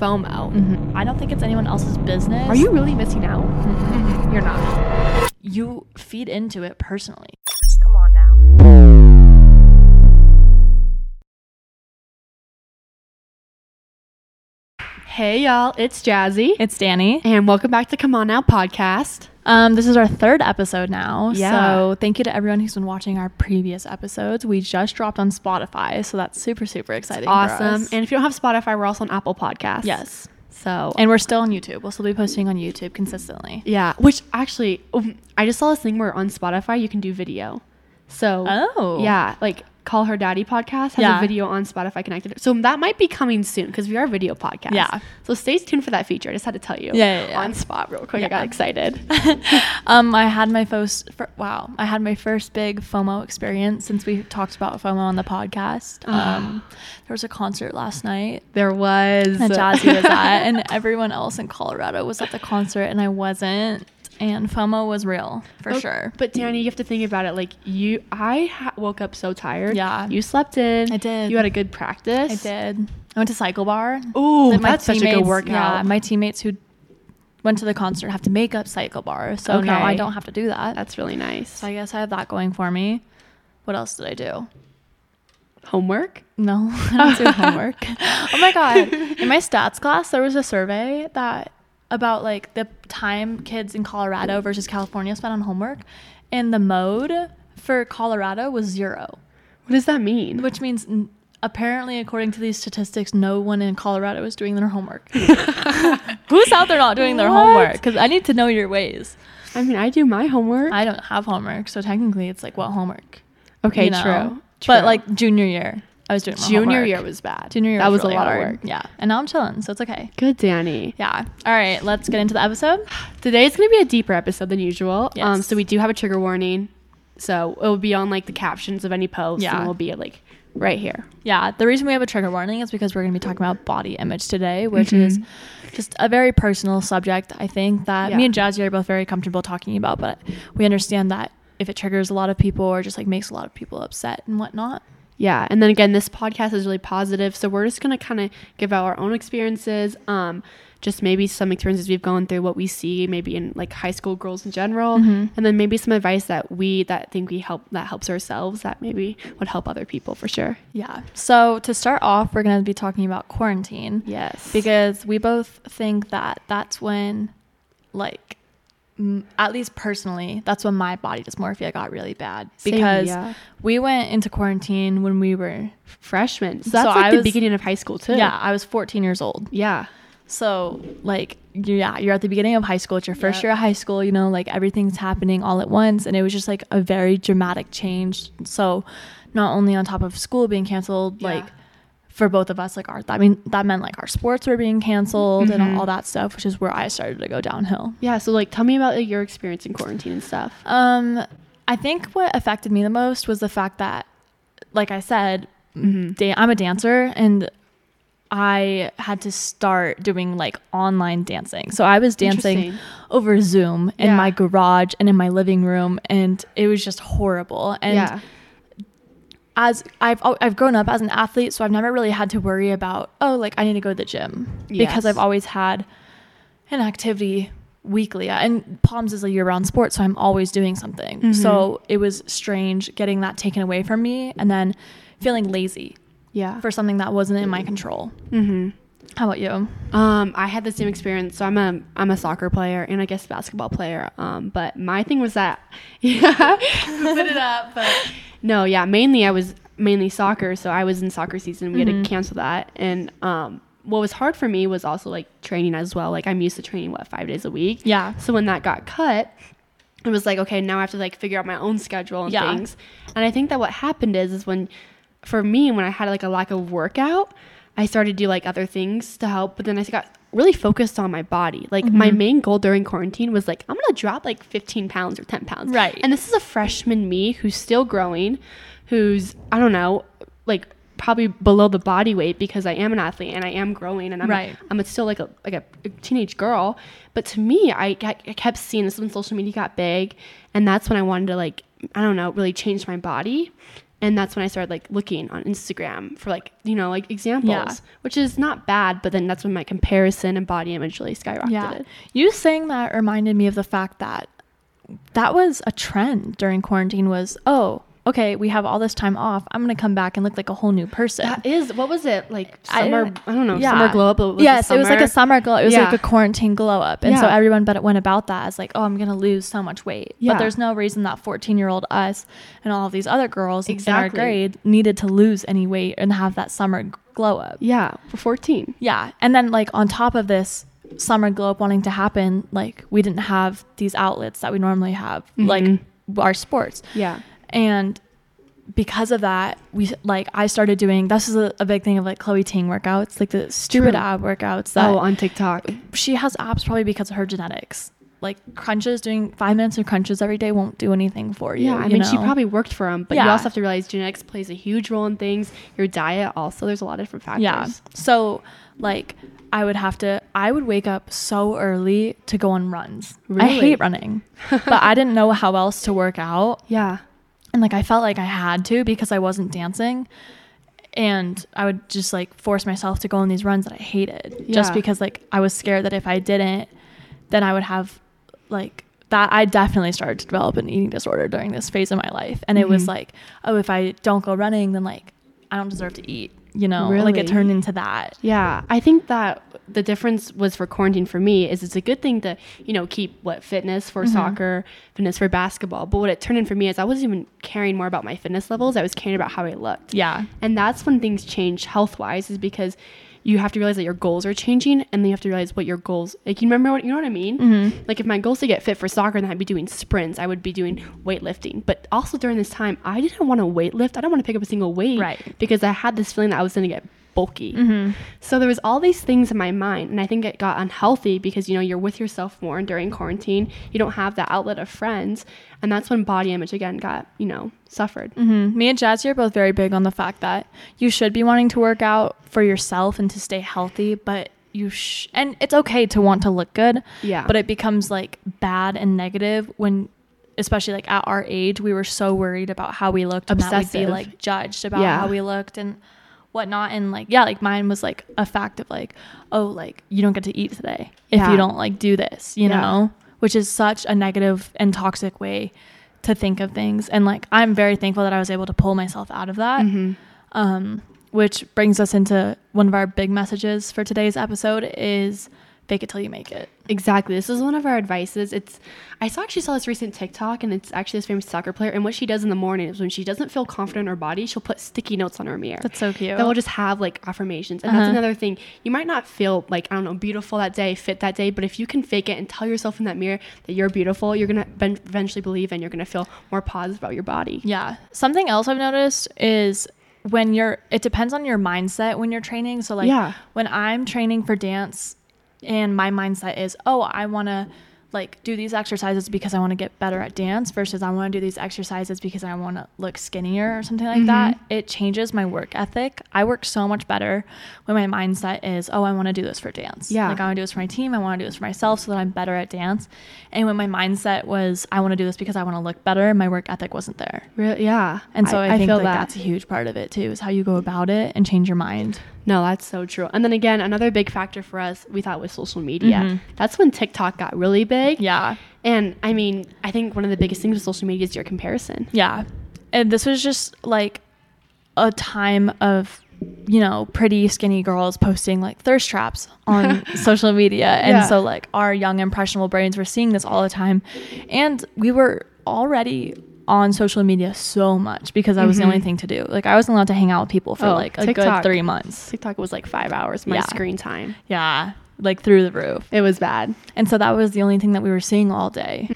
FOMO. I don't think it's anyone else's business. Mm-hmm. Are you really missing out? You're not. You feed into it personally. Come on now. Hey, y'all, it's Jazzy. It's Danny. and welcome back to Come On Now podcast. Um, this is our third episode now. Yeah. So thank you to everyone who's been watching our previous episodes. We just dropped on Spotify, so that's super, super exciting. for Awesome. us. And if you don't have Spotify, we're also on Apple Podcasts. yes. So, And we're still on YouTube. We'll still be posting on YouTube consistently. yeah, which actually, um, I just saw this thing where on Spotify you can do video. So, Oh. yeah, like Call Her Daddy podcast has Yeah. a video on Spotify connected. So that might be coming soon because we are a video podcast. Yeah. So stay tuned for that feature. I just had to tell you. Yeah, yeah, yeah. On spot, real quick. I Yeah. got excited. um, I had my first fir- wow, I had my first big FOMO experience since we talked about FOMO on the podcast. Uh-huh. Um, there was a concert last night there was that Jazzy was at, and everyone else in Colorado was at the concert, and I wasn't. And FOMO was real for Oh, sure. But Danny, you have to think about it. Like you, I ha- woke up so tired. Yeah. You slept in. I did. You had a good practice. I did. I went to Cycle Bar. Ooh, Like, that's such a good workout. Yeah, my teammates who went to the concert have to make up Cycle Bar, so now I Okay. don't have to do that. That's really nice. so I guess I have that going for me. What else did I do? Homework. No, I don't do homework. oh my god! In my stats class, there was a survey that about like the time kids in Colorado versus California spent on homework, and the mode for Colorado was zero, What does that mean? which means n- apparently, according to these statistics, no one in Colorado is doing their homework. Who's out there not doing their What? homework? Because I need to know your ways. I mean, I do my homework. I don't have homework, so technically, it's like what homework? okay, you know? true. But true. like junior year, I was doing my junior homework. year was bad. Junior year that was really a lot hard. of work. Yeah, and now I'm chilling, so it's okay. Good, Danny. Yeah. All right, let's get into the episode. Today is going to be a deeper episode than usual. Um, Yes. so we do have a trigger warning. So it will be on like the captions of any post, Yeah. and we'll be like right here. Yeah, the reason we have a trigger warning is because we're going to be talking about body image today, which Mm-hmm. is just a very personal subject. I think that me Yeah. and Jazzy are both very comfortable talking about, but we understand that if it triggers a lot of people or just like makes a lot of people upset and whatnot. Yeah, and then again, this podcast is really positive, so we're just gonna kind of give out our own experiences, um, just maybe some experiences we've gone through, what we see, maybe in like high school girls in general, Mm-hmm. and then maybe some advice that we that think we help that helps ourselves that maybe would help other people for sure. Yeah. So to start off, we're going to be talking about quarantine. Yes, because because we both think that that's when like m- at least personally that's when my body dysmorphia got really bad Same, because yeah. we went into quarantine when we were freshmen, so So that's like I the was- beginning of high school too. yeah i was 14 years old yeah, so like yeah you're at the beginning of high school it's your first Yep. year of high school you know like everything's happening all at once and it was just like a very dramatic change so not only on top of school being canceled Yeah. like for both of us like our i mean that meant like our sports were being canceled and all that stuff which is where i started to go downhill yeah. So like, tell me about like, your experience in quarantine and stuff. um, I think what affected me the most was the fact that, like I said, Mm-hmm. da- I'm a dancer and I had to start doing like online dancing. So I was dancing Interesting. over Zoom in Yeah. my garage and in my living room, and it was just horrible. And yeah, as I've al- I've grown up as an athlete, so I've never really had to worry about oh like I need to go to the gym Yes. because I've always had an activity weekly. And Palms is a year-round sport, so I'm always doing something. So it was strange getting that taken away from me, and then feeling lazy yeah. for something that wasn't in my control. mm-hmm. How about you? Um, I had the same experience. So I'm a I'm a soccer player and I guess basketball player. Um, but my thing was that yeah, put it up. But no, yeah, mainly I was mainly soccer. So I was in soccer season. We had to cancel that. And um, what was hard for me was also like training as well. Like I'm used to training what five days a week. Yeah. So when that got cut, it was like okay, now I have to like figure out my own schedule and Yeah. things. And I think that what happened is is when for me when I had like a lack of workout, I started to do like other things to help, but then I got really focused on my body. Like my Mm-hmm. main goal during quarantine was like I'm going to drop like 15 pounds or 10 pounds. Right. And this is a freshman me who's still growing, who's I don't know, like probably below the body weight because I am an athlete and I am growing and I'm Right. I'm still like a like a teenage girl, but to me, I, ke- I kept seeing this when social media got big, and that's when I wanted to like I don't know really change my body, and that's when I started like looking on Instagram for like you know like examples, Yeah. which is not bad. But then that's when my comparison and body image really skyrocketed. Yeah. You saying that reminded me of the fact that that was a trend during quarantine was, oh, okay, we have all this time off. I'm going to come back and look like a whole new person. That is what was it like I summer? didn't- I, don't know yeah. summer glow up. but Was yes, it was like a summer glow. It was Yeah. like a quarantine glow up. And so Yeah. everyone but it went about that as like, oh, I'm going to lose so much weight. Yeah. But there's no reason that 14 year old us and all of these other girls in our Exactly. grade needed to lose any weight and have that summer g- glow up. Yeah, for fourteen. Yeah. And then like on top of this summer glow up wanting to happen, like we didn't have these outlets that we normally have, like Mhm. our sports. Yeah. And because of that, we like I started doing this is a, a big thing of like Chloe Ting workouts, like the stupid True. ab workouts that oh, on TikTok. she has abs probably because of her genetics. Like crunches, doing five minutes of crunches every day won't do anything for you. Yeah, I you mean, she know? probably worked for them, but you Yeah. also have to realize genetics plays a huge role in things. Your diet also. There's a lot of different factors. Yeah. So like I would have to I would wake up so early to go on runs. I Really? hate running. but I didn't know how else to work out. Yeah. And like I felt like I had to because I wasn't dancing. And I would just like force myself to go on these runs that I hated. Just Yeah. because like I was scared that if I didn't, then I would have like that I definitely started to develop an eating disorder during this phase of my life. And it was Mhm. like, oh, if I don't go running, then like I don't deserve to eat, you know? Like Really? it turned into that. Yeah, I think that the difference was for quarantine for me is it's a good thing to you know keep what fitness for soccer, fitness for basketball. But what it turned in for me is I wasn't even caring more about my fitness levels. I was caring about how I looked. Yeah. And that's when things change health wise, is because you have to realize that your goals are changing and then you have to realize what your goals like you remember what you know what I mean? Like if my goals to get fit for soccer, then I'd be doing sprints, I would be doing weightlifting. But also during this time, I didn't want to weightlift. I don't want to pick up a single weight Right. because I had this feeling that I was gonna get bulky. So there was all these things in my mind and I think it got unhealthy because you know you're with yourself more during quarantine. You don't have that outlet of friends and that's when body image again got, you know, suffered. Mhm. Me and Jazzy are both very big on the fact that you should be wanting to work out for yourself and to stay healthy, but you sh- and it's okay to want to look good. Yeah. But it becomes like bad and negative when especially like at our age, we were so worried about how we looked and that we'd Obsessive. be like judged about Yeah. how we looked and whatnot and like yeah, like mine was like a fact of like, oh like you don't get to eat today if Yeah. you don't like do this, you Yeah. know? Which is such a negative and toxic way to think of things. And like, I'm very thankful that I was able to pull myself out of that. Mm-hmm. Um, which brings us into one of our big messages for today's episode is fake it till you make it. Exactly. This is one of our advices. It's I saw actually saw this recent TikTok and it's actually this famous soccer player and what she does in the morning is when she doesn't feel confident in her body, she'll put sticky notes on her mirror. That's so cute. That will just have like affirmations. And that's Uh-huh. another thing. You might not feel like, I don't know, beautiful that day, fit that day, but if you can fake it and tell yourself in that mirror that you're beautiful, you're gonna ben- eventually believe and you're gonna feel more positive about your body. Yeah. Something else I've noticed is when you're, it depends on your mindset when you're training. So, like, Yeah. when I'm training for dance and my mindset is, oh, I want to like do these exercises because I want to get better at dance versus I want to do these exercises because I want to look skinnier or something like Mm-hmm. that, it changes my work ethic. I work so much better when my mindset is, oh, I want to do this for dance. Yeah. Like, I want to do this for my team. I want to do this for myself so that I'm better at dance. And when my mindset was, I want to do this because I want to look better, my work ethic wasn't there. Really, yeah. And so I, think feel like that. that's a huge part of it too, is how you go about it and change your mind. No, that's so true. And then again, another big factor for us, we thought was social media. Mhm. That's when TikTok got really big. Yeah. And I mean, I think one of the biggest things with social media is your comparison. Yeah. And this was just like a time of, you know, pretty skinny girls posting like thirst traps on social media. And Yeah. so like our young impressionable brains were seeing this all the time. And we were already on social media so much because that was the Mhm. only thing to do. Like I wasn't allowed to hang out with people for Oh, like a TikTok. good three months. TikTok was like five hours my Yeah. screen time. Yeah. Like through the roof. It was bad. And so that was the only thing that we were seeing all day.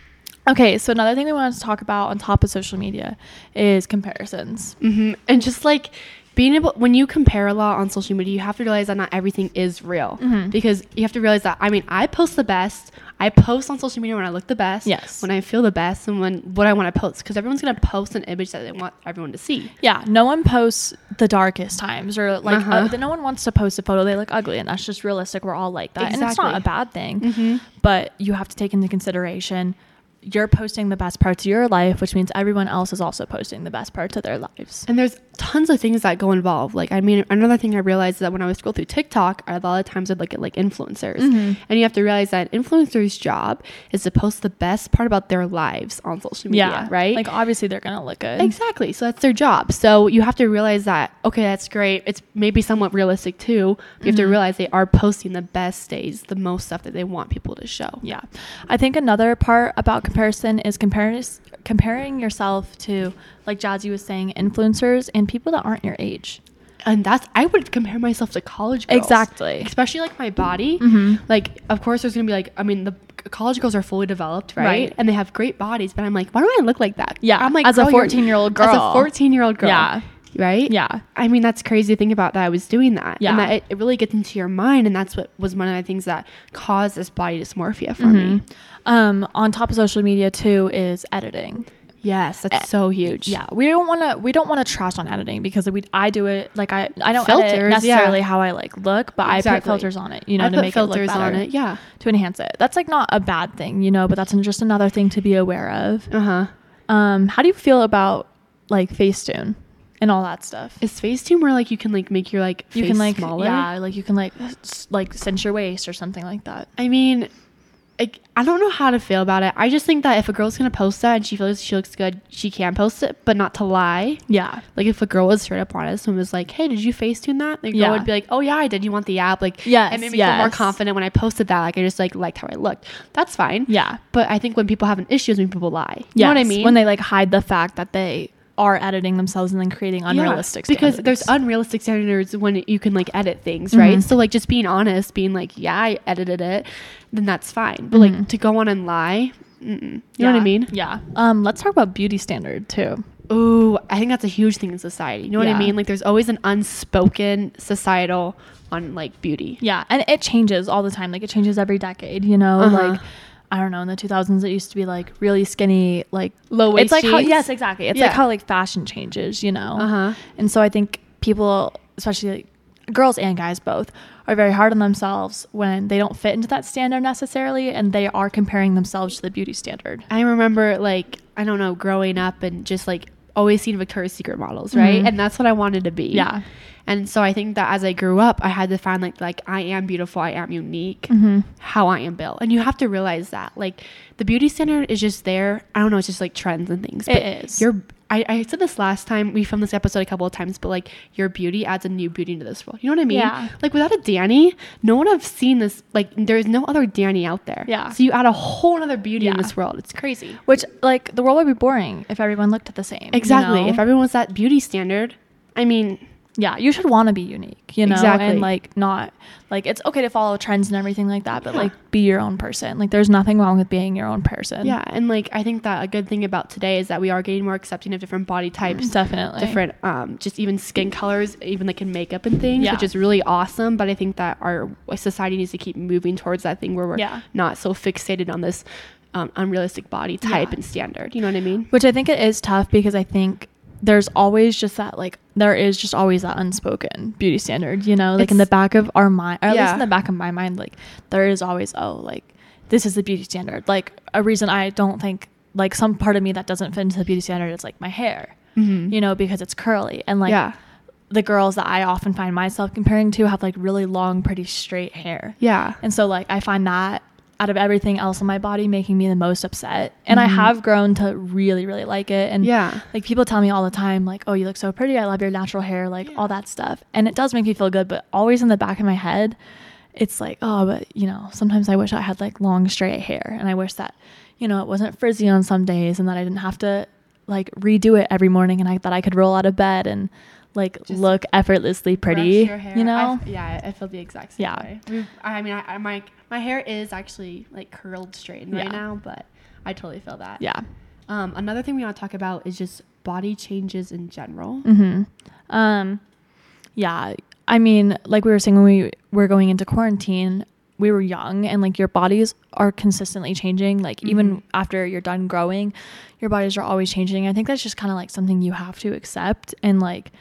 Okay, so another thing we wanted to talk about on top of social media is comparisons. hmm And just like being able, when you compare a lot on social media, you have to realize that not everything is real because you have to realize that. I mean, I post the best. I post on social media when I look the best. Yes. When I feel the best and when what I want to post because everyone's gonna post an image that they want everyone to see. Yeah, no one posts the darkest times or like Uh-huh. uh, no one wants to post a photo they look ugly and that's just realistic. We're all like that. And it's Exactly. not a bad thing. But you have to take into consideration you're posting the best parts of your life, which means everyone else is also posting the best parts of their lives. And there's tons of things that go involved. Like, I mean, another thing I realized is that when I would scroll through TikTok, a lot of times I'd look at like influencers. Mm-hmm. And you have to realize that an influencer's job is to post the best part about their lives on social media, right? Like obviously they're gonna look good. Exactly. So that's their job. So you have to realize that, okay, that's great. It's maybe somewhat realistic too. You have Mm-hmm. to realize they are posting the best days, the most stuff that they want people to show. Yeah. I think another part about comparison is comparis- comparing yourself to, like Jazzy was saying, influencers and people that aren't your age. And that's, I would compare myself to college girls. Exactly. Especially like my body. Mhm. Like, of course, there's going to be like, I mean, the college girls are fully developed, right? Right. And they have great bodies, but I'm like, why do I look like that? Yeah, I'm like, as a "Girl, you're- 14-year-old As a girl." 14 year old girl. Yeah. Right? Yeah. I mean, that's crazy to think about that I was doing that. Yeah. And that it, it really gets into your mind. And that's what was one of the things that caused this body dysmorphia Mm-hmm. for me. Um, on top of social media too is editing. Yes, that's so huge. Eh. Yeah, we don't want to. We don't want to trash on editing because we. I do it like I. I don't edit Filters, yeah. necessarily how I like look, but I put Exactly. filters on it. You know, I to put make filters it look on better, it. Yeah. to enhance it. That's like not a bad thing, you know, but that's just another thing to be aware of. Uh huh. Um, how do you feel about like Facetune and all that stuff? Is Facetune where like you can like make your like you face can like smaller? yeah, like you can like s- like cinch your waist or something like that. I mean, like I don't know how to feel about it. I just think that if a girl's gonna post that and she feels she looks good, she can post it, but not to lie. Yeah, Like if a girl was straight up honest and was like, "Hey, did you Facetune that?" The girl Yeah. would be like, "Oh yeah, I did. You want the app?" Like, Yes, it made me feel more yes. confident when I posted that. Like I just like liked how I looked. That's fine. yeah, But I think when people have an issue is when people lie. You know Yes, what I mean? When they like hide the fact that they are editing themselves and then creating Yeah, unrealistic because standards. Mm-hmm. there's unrealistic standards when you can like edit things right so like just being honest being like yeah i edited it then that's fine but like to go on and lie mm-mm. you know what i Mm-hmm. Yeah. mean Yeah. Um, let's talk about beauty standard too. ooh i think that's a huge thing in society you know what Yeah. i mean like there's always an unspoken societal on like beauty Yeah, and it changes all the time. Like it changes every decade. You know, Uh-huh. like I don't know, in the 2000s it used to be like really skinny, like Low It's like waist how, jeans? yes, exactly. It's like Yeah. how like fashion changes. You know. Uh-huh. And so I think people, especially like, girls and guys both, are very hard on themselves when they don't fit into that standard necessarily, and they are comparing themselves to the beauty standard. I remember like I don't know growing up and just like always seeing Victoria's Secret models, right? Mhm. And that's what I wanted to be. Yeah. And so I think that as I grew up, I had to find like like I am beautiful, I am unique, Mhm. how I am built, and you have to realize that like the beauty standard is just there. I don't know, it's just like trends and things. It is. Your I, I said this last time we filmed this episode a couple of times, but like your beauty adds a new beauty into this world. You know what I mean? Yeah. Like without a Danny, no one would have seen this. Like there is no other Danny out there. Yeah. So you add a whole other beauty in Yeah. this world. It's crazy. Which like the world would be boring if everyone looked at the same. you Exactly. know? If everyone was that beauty standard, I mean, yeah, you should want to be unique, you know, Exactly. and like not like it's okay to follow trends and everything like that, but Yeah. like be your own person. Like there's nothing wrong with being your own person. yeah. And like, I think that a good thing about today is that we are getting more accepting of different body types, definitely. different, um, just even skin colors, even like in makeup and things, Yeah. which is really awesome. But I think that our society needs to keep moving towards that thing where we're Yeah. not so fixated on this um, unrealistic body type Yeah. and standard. You know what I mean? Which I think it is tough because I think there's always just that like there is just always that unspoken beauty standard, you know, like in the It's- back of our mind, or at least Yeah. in the back of my mind, like there is always oh like this is the beauty standard. Like a reason I don't think like some part of me that doesn't fit into the beauty standard is like my hair, Mhm. you know, because it's curly and like yeah. the girls that I often find myself comparing to have like really long, pretty straight hair. Yeah. And so like I find that out of everything else in my body making me the most upset. And Mhm. I have grown to really, really like it. And Yeah. like people tell me all the time, like, oh, you look so pretty. I love your natural hair, like all that stuff. And it does make me feel good, but always in the back of my head, it's like, oh, but you know, sometimes I wish I had like long, straight hair. And I wish that, you know, it wasn't frizzy on some days and that I didn't have to like redo it every morning and I, that I could roll out of bed and like Just look effortlessly pretty, Brush your hair. you I know? f- yeah, I feel the exact same Yeah. way. We've, I mean, I, I'm like my hair is actually like curled straightened Yeah. right now, but I totally feel that. yeah. Um, another thing we want to talk about is just body changes in general. hmm Um, yeah. I mean, like we were saying when we were going into quarantine, we were young and like your bodies are consistently changing. Like even after you're done growing, your bodies are always changing. I think that's just kind of like something you have to accept and like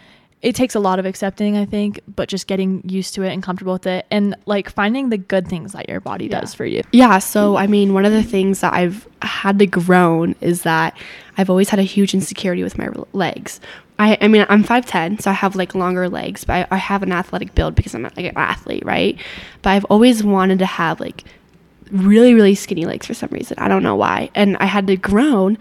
it takes a lot of accepting, I think, but just getting used to it and comfortable with it and like finding the good things that your body Yeah. does for you. Yeah, so I mean, one of the things that I've had to grown is that I've always had a huge insecurity with my r- legs. I, I mean, I'm 5'10, so I have like longer legs, but I, I have an athletic build because I'm like an athlete, right? But I've always wanted to have like really, really skinny legs for some reason. I don't know why. And I had to grown,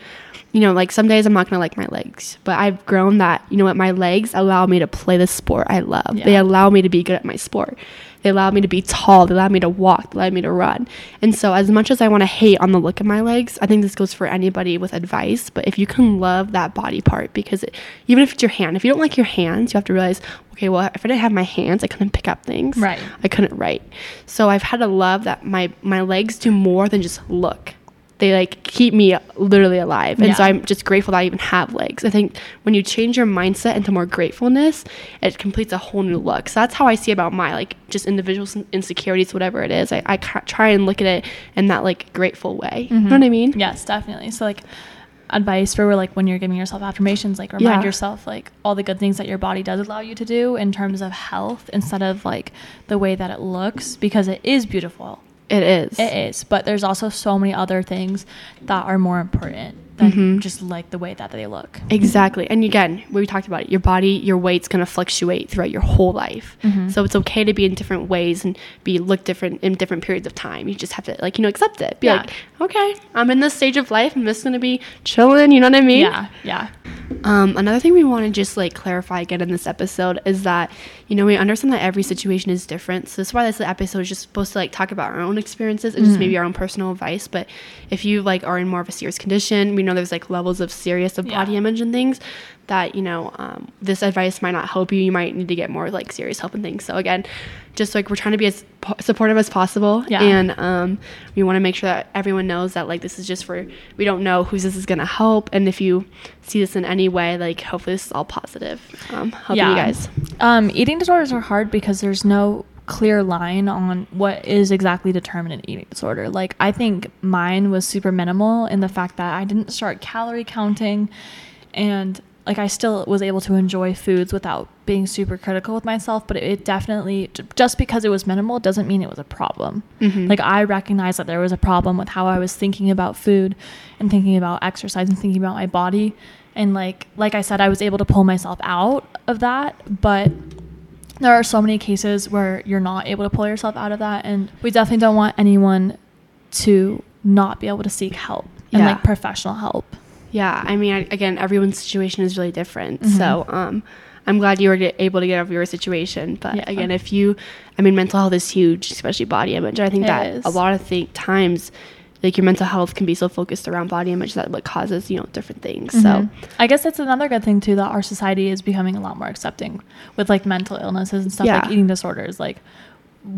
you know, like some days I'm not going to like my legs, but I've grown that, you know what, my legs allow me to play the sport I love. They Yeah. allow allow me to be good at my sport. They allow me to be tall. They allow me to walk. They allow me to run. And so, as much as I want to hate on the look of my legs, I think this goes for anybody with advice. But if you can love that body part, because it, even if it's your hand, if you don't like your hands, you have to realize, okay, well, if I didn't have my hands, I couldn't pick up things. Right. I couldn't write. So I've had to love that my my legs do more than just look. They like keep me literally alive. And so Yeah. I'm just grateful that I even have legs. I think when you change your mindset into more gratefulness, it completes a whole new look. So that's how I see about my like just individual s- insecurities, whatever it is. I, I ca- try and look at it in that like grateful way. Mm-hmm. You know what I mean? Yes, definitely. So like advice for like when you're giving yourself affirmations, like remind Yeah. yourself like all the good things that your body does allow you to do in terms of health instead of like the way that it looks because it is beautiful. It is. It is, but there's also so many other things that are more important than just like the way that they look. Mm-hmm. Exactly. And again, we talked about it. Your body, your weight's going to fluctuate throughout your whole life. Mm-hmm. So it's okay to be in different ways and be look different in different periods of time. You just have to like, you know, accept it. Be Yeah. like, okay, I'm in this stage of life. I'm just going to be chilling. You know what I mean? Yeah, yeah. Um, another thing we want to just like clarify again in this episode is that you know we understand that every situation is different, so that's why this episode is just supposed to like talk about our own experiences and just maybe our own personal advice. But if you like are in more of a serious condition, we know there's like levels of serious of Yeah. body image and things that you know um, this advice might not help you. You might need to get more like serious help and things. So again, just like we're trying to be as po- supportive as possible, Yeah. and um, we want to make sure that everyone knows that like this is just for we don't know who's this is gonna help, and if you see this in any way, like hopefully this is all positive, um, helping you guys. Um, eating disorders are hard because there's no clear line on what is exactly determined an eating disorder. Like I think mine was super minimal in the fact that I didn't start calorie counting and like I still was able to enjoy foods without being super critical with myself, but it, it definitely j- just because it was minimal doesn't mean it was a problem. Mm-hmm. Like I recognized that there was a problem with how I was thinking about food and thinking about exercise and thinking about my body and like like I said I was able to pull myself out of that, but there are so many cases where you're not able to pull yourself out of that and we definitely don't want anyone to not be able to seek help and Yeah. like professional help Yeah, I mean, I, again, everyone's situation is really different. So, um, I'm glad you were get, able to get over your situation. But Yeah. again, if you, I mean, mental health is huge, especially body image. I think It that is. a lot of think times, like your mental health can be so focused around body image that what causes you know different things. so So. Mm-hmm. i guess that's another good thing too that our society is becoming a lot more accepting with like mental illnesses and stuff like Yeah. eating disorders like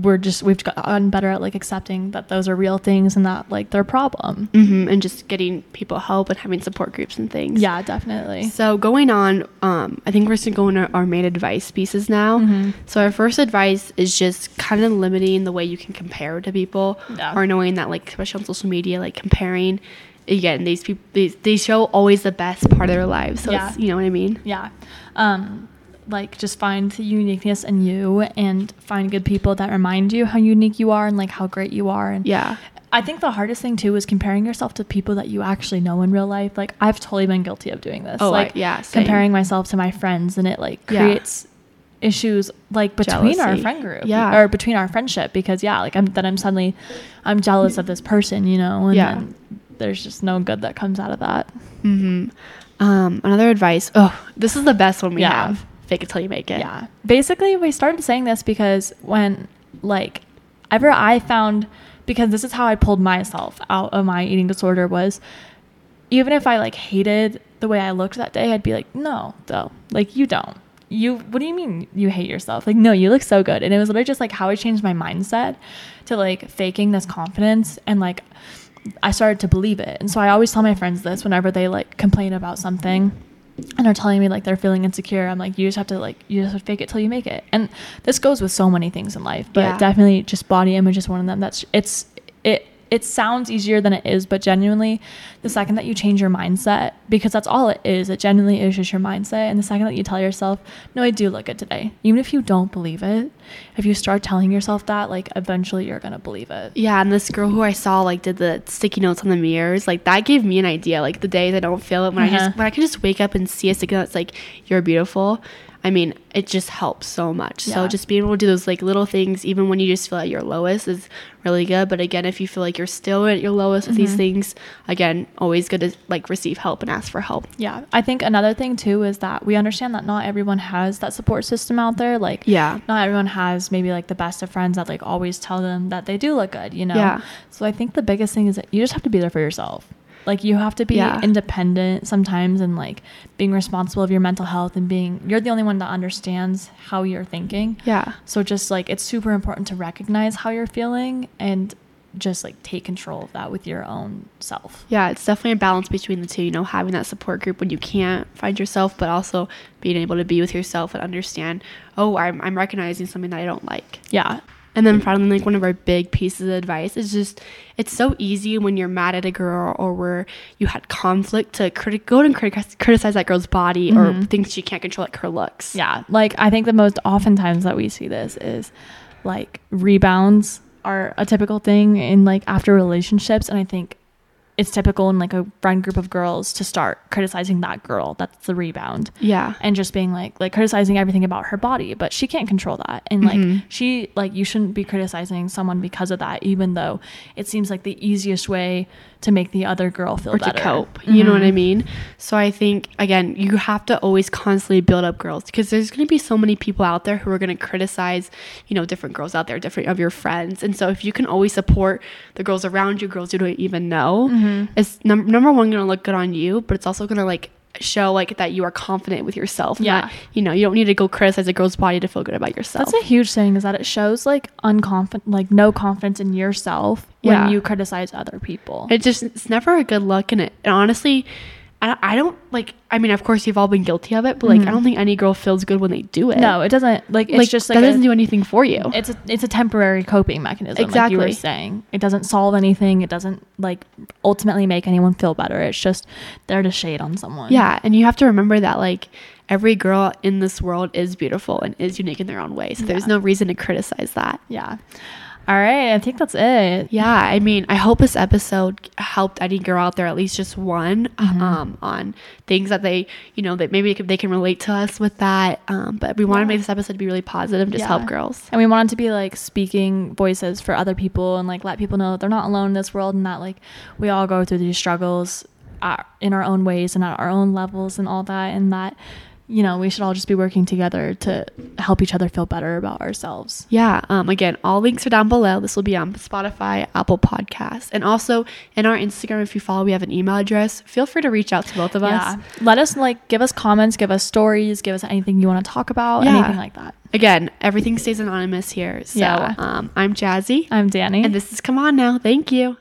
we're just we've gotten better at like accepting that those are real things and that like they're a problem hmm and just getting people help and having support groups and things. yeah definitely So going on, um, I think we're just going to our main advice pieces now. Mm-hmm. So our first advice is just kind of limiting the way you can compare to people, Yeah. or knowing that like especially on social media, like comparing. Again, these people they, they show always the best part of their lives. So it's, Yeah. you know what I mean. yeah um like just find the uniqueness in you and find good people that remind you how unique you are and like how great you are and Yeah. I think the hardest thing too is comparing yourself to people that you actually know in real life. Like I've totally been guilty of doing this. Oh, I- like yeah, same. comparing myself to my friends and it like Yeah. creates issues like between our Jealousy. friend group Yeah. or between our friendship because yeah, like I'm then I'm suddenly I'm jealous of this person, you know, and Yeah. then there's just no good that comes out of that. hmm Um, another advice. Oh, this is the best one we Yeah. have. Fake it till you make it. Yeah. Basically, we started saying this because when, like, ever I found, because this is how I pulled myself out of my eating disorder was even if I, like, hated the way I looked that day, I'd be like, no, though. Like, you don't. You, what do you mean you hate yourself? Like, no, you look so good. And it was literally just like how I changed my mindset to like faking this confidence and like, I started to believe it. And so I always tell my friends this whenever they like complain about something and are telling me like they're feeling insecure. I'm like, you just have to like, you just have to fake it till you make it. And this goes with so many things in life, but Yeah. definitely just body image is one of them. That's, it's, it it sounds easier than it is, but genuinely, the second that you change your mindset, because that's all it is, it genuinely is just your mindset. And the second that you tell yourself, no, I do look good today, even if you don't believe it, if you start telling yourself that, like eventually you're gonna believe it. Yeah, and this girl who I saw like did the sticky notes on the mirrors, like that gave me an idea. Like the days I don't feel it when I Uh-huh. just when I can just wake up and see a sticky note, it's like you're beautiful. I mean, it just helps so much. Yeah. So just being able to do those like little things, even when you just feel at your lowest, is really good. But again, if you feel like you're still at your lowest with Mm-hmm. these things, again, always good to like receive help and ask for help. Yeah, I think another thing too is that we understand that not everyone has that support system out there. Like, Yeah. not everyone has maybe like the best of friends that like always tell them that they do look good, you know? Yeah. So I think the biggest thing is that you just have to be there for yourself. Like, you have to be Yeah. independent sometimes and like being responsible of your mental health and being, you're the only one that understands how you're thinking. Yeah. So just like, it's super important to recognize how you're feeling and just like take control of that with your own self. Yeah, it's definitely a balance between the two, you know, having that support group when you can't find yourself, but also being able to be with yourself and understand, oh, I'm, I'm recognizing something that I don't like. Yeah. And then finally, like one of our big pieces of advice is just it's so easy when you're mad at a girl or where you had conflict to criti- go and criti- criticize that girl's body or things she can't control, like her looks. Yeah, like I think the most oftentimes that we see this is like rebounds are a typical thing in like after relationships, and I think it's typical in like a friend group of girls to start criticizing that girl that's the rebound Yeah. and just being like like criticizing everything about her body but she can't control that and like Mhm. she like you shouldn't be criticizing someone because of that even though it seems like the easiest way to make the other girl feel or better Mm-hmm. to cope. You know what I mean? So I think again, you have to always constantly build up girls because there's going to be so many people out there who are going to criticize, you know, different girls out there, different of your friends. And so if you can always support the girls around you, girls you don't even know, Mm-hmm. it's num- number one going to look good on you, but it's also going to like show like that you are confident with yourself. Yeah. not- you know, you don't need to go criticize a girl's body to feel good about yourself. That's a huge thing is that it shows like unconfident, like no confidence in yourself Yeah. when you criticize other people. It just it's never a good look, and it and honestly, I, I don't like. I mean, of course, you've all been guilty of it, but like, I don't think any girl feels good when they do it. Mm-hmm. no, it doesn't. Like it's like just that like a, doesn't do anything for you. it's a it's a temporary coping mechanism. Like you were Exactly. saying, it doesn't solve anything. It doesn't like ultimately make anyone feel better. It's just there to shade on someone. yeah, and you have to remember that like every girl in this world is beautiful and is unique in their own way. So there's Yeah. no reason to criticize that. yeah. All right, I think that's it. Yeah, I mean, I hope this episode helped any girl out there at least just one Mm-hmm. um, on things that they, you know, that maybe they can, they can relate to us with that. Um, but we want to Yeah. make this episode be really positive, and just Yeah. help girls. And we wanted to be like speaking voices for other people and like let people know that they're not alone in this world and that like we all go through these struggles uh, in our own ways and at our own levels and all that and that you know we should all just be working together to help each other feel better about ourselves. Yeah. Um, again, all links are down below. This will be on Spotify, Apple Podcasts, and also in our Instagram. If you follow, we have an email address. Feel free to reach out to both of us. Yeah. Let us like give us comments, give us stories, give us anything you want to talk about, Yeah. anything like that. Again, everything stays anonymous here. So Yeah. um, I'm Jazzy, I'm Danny. and this is Come On Now. Thank you.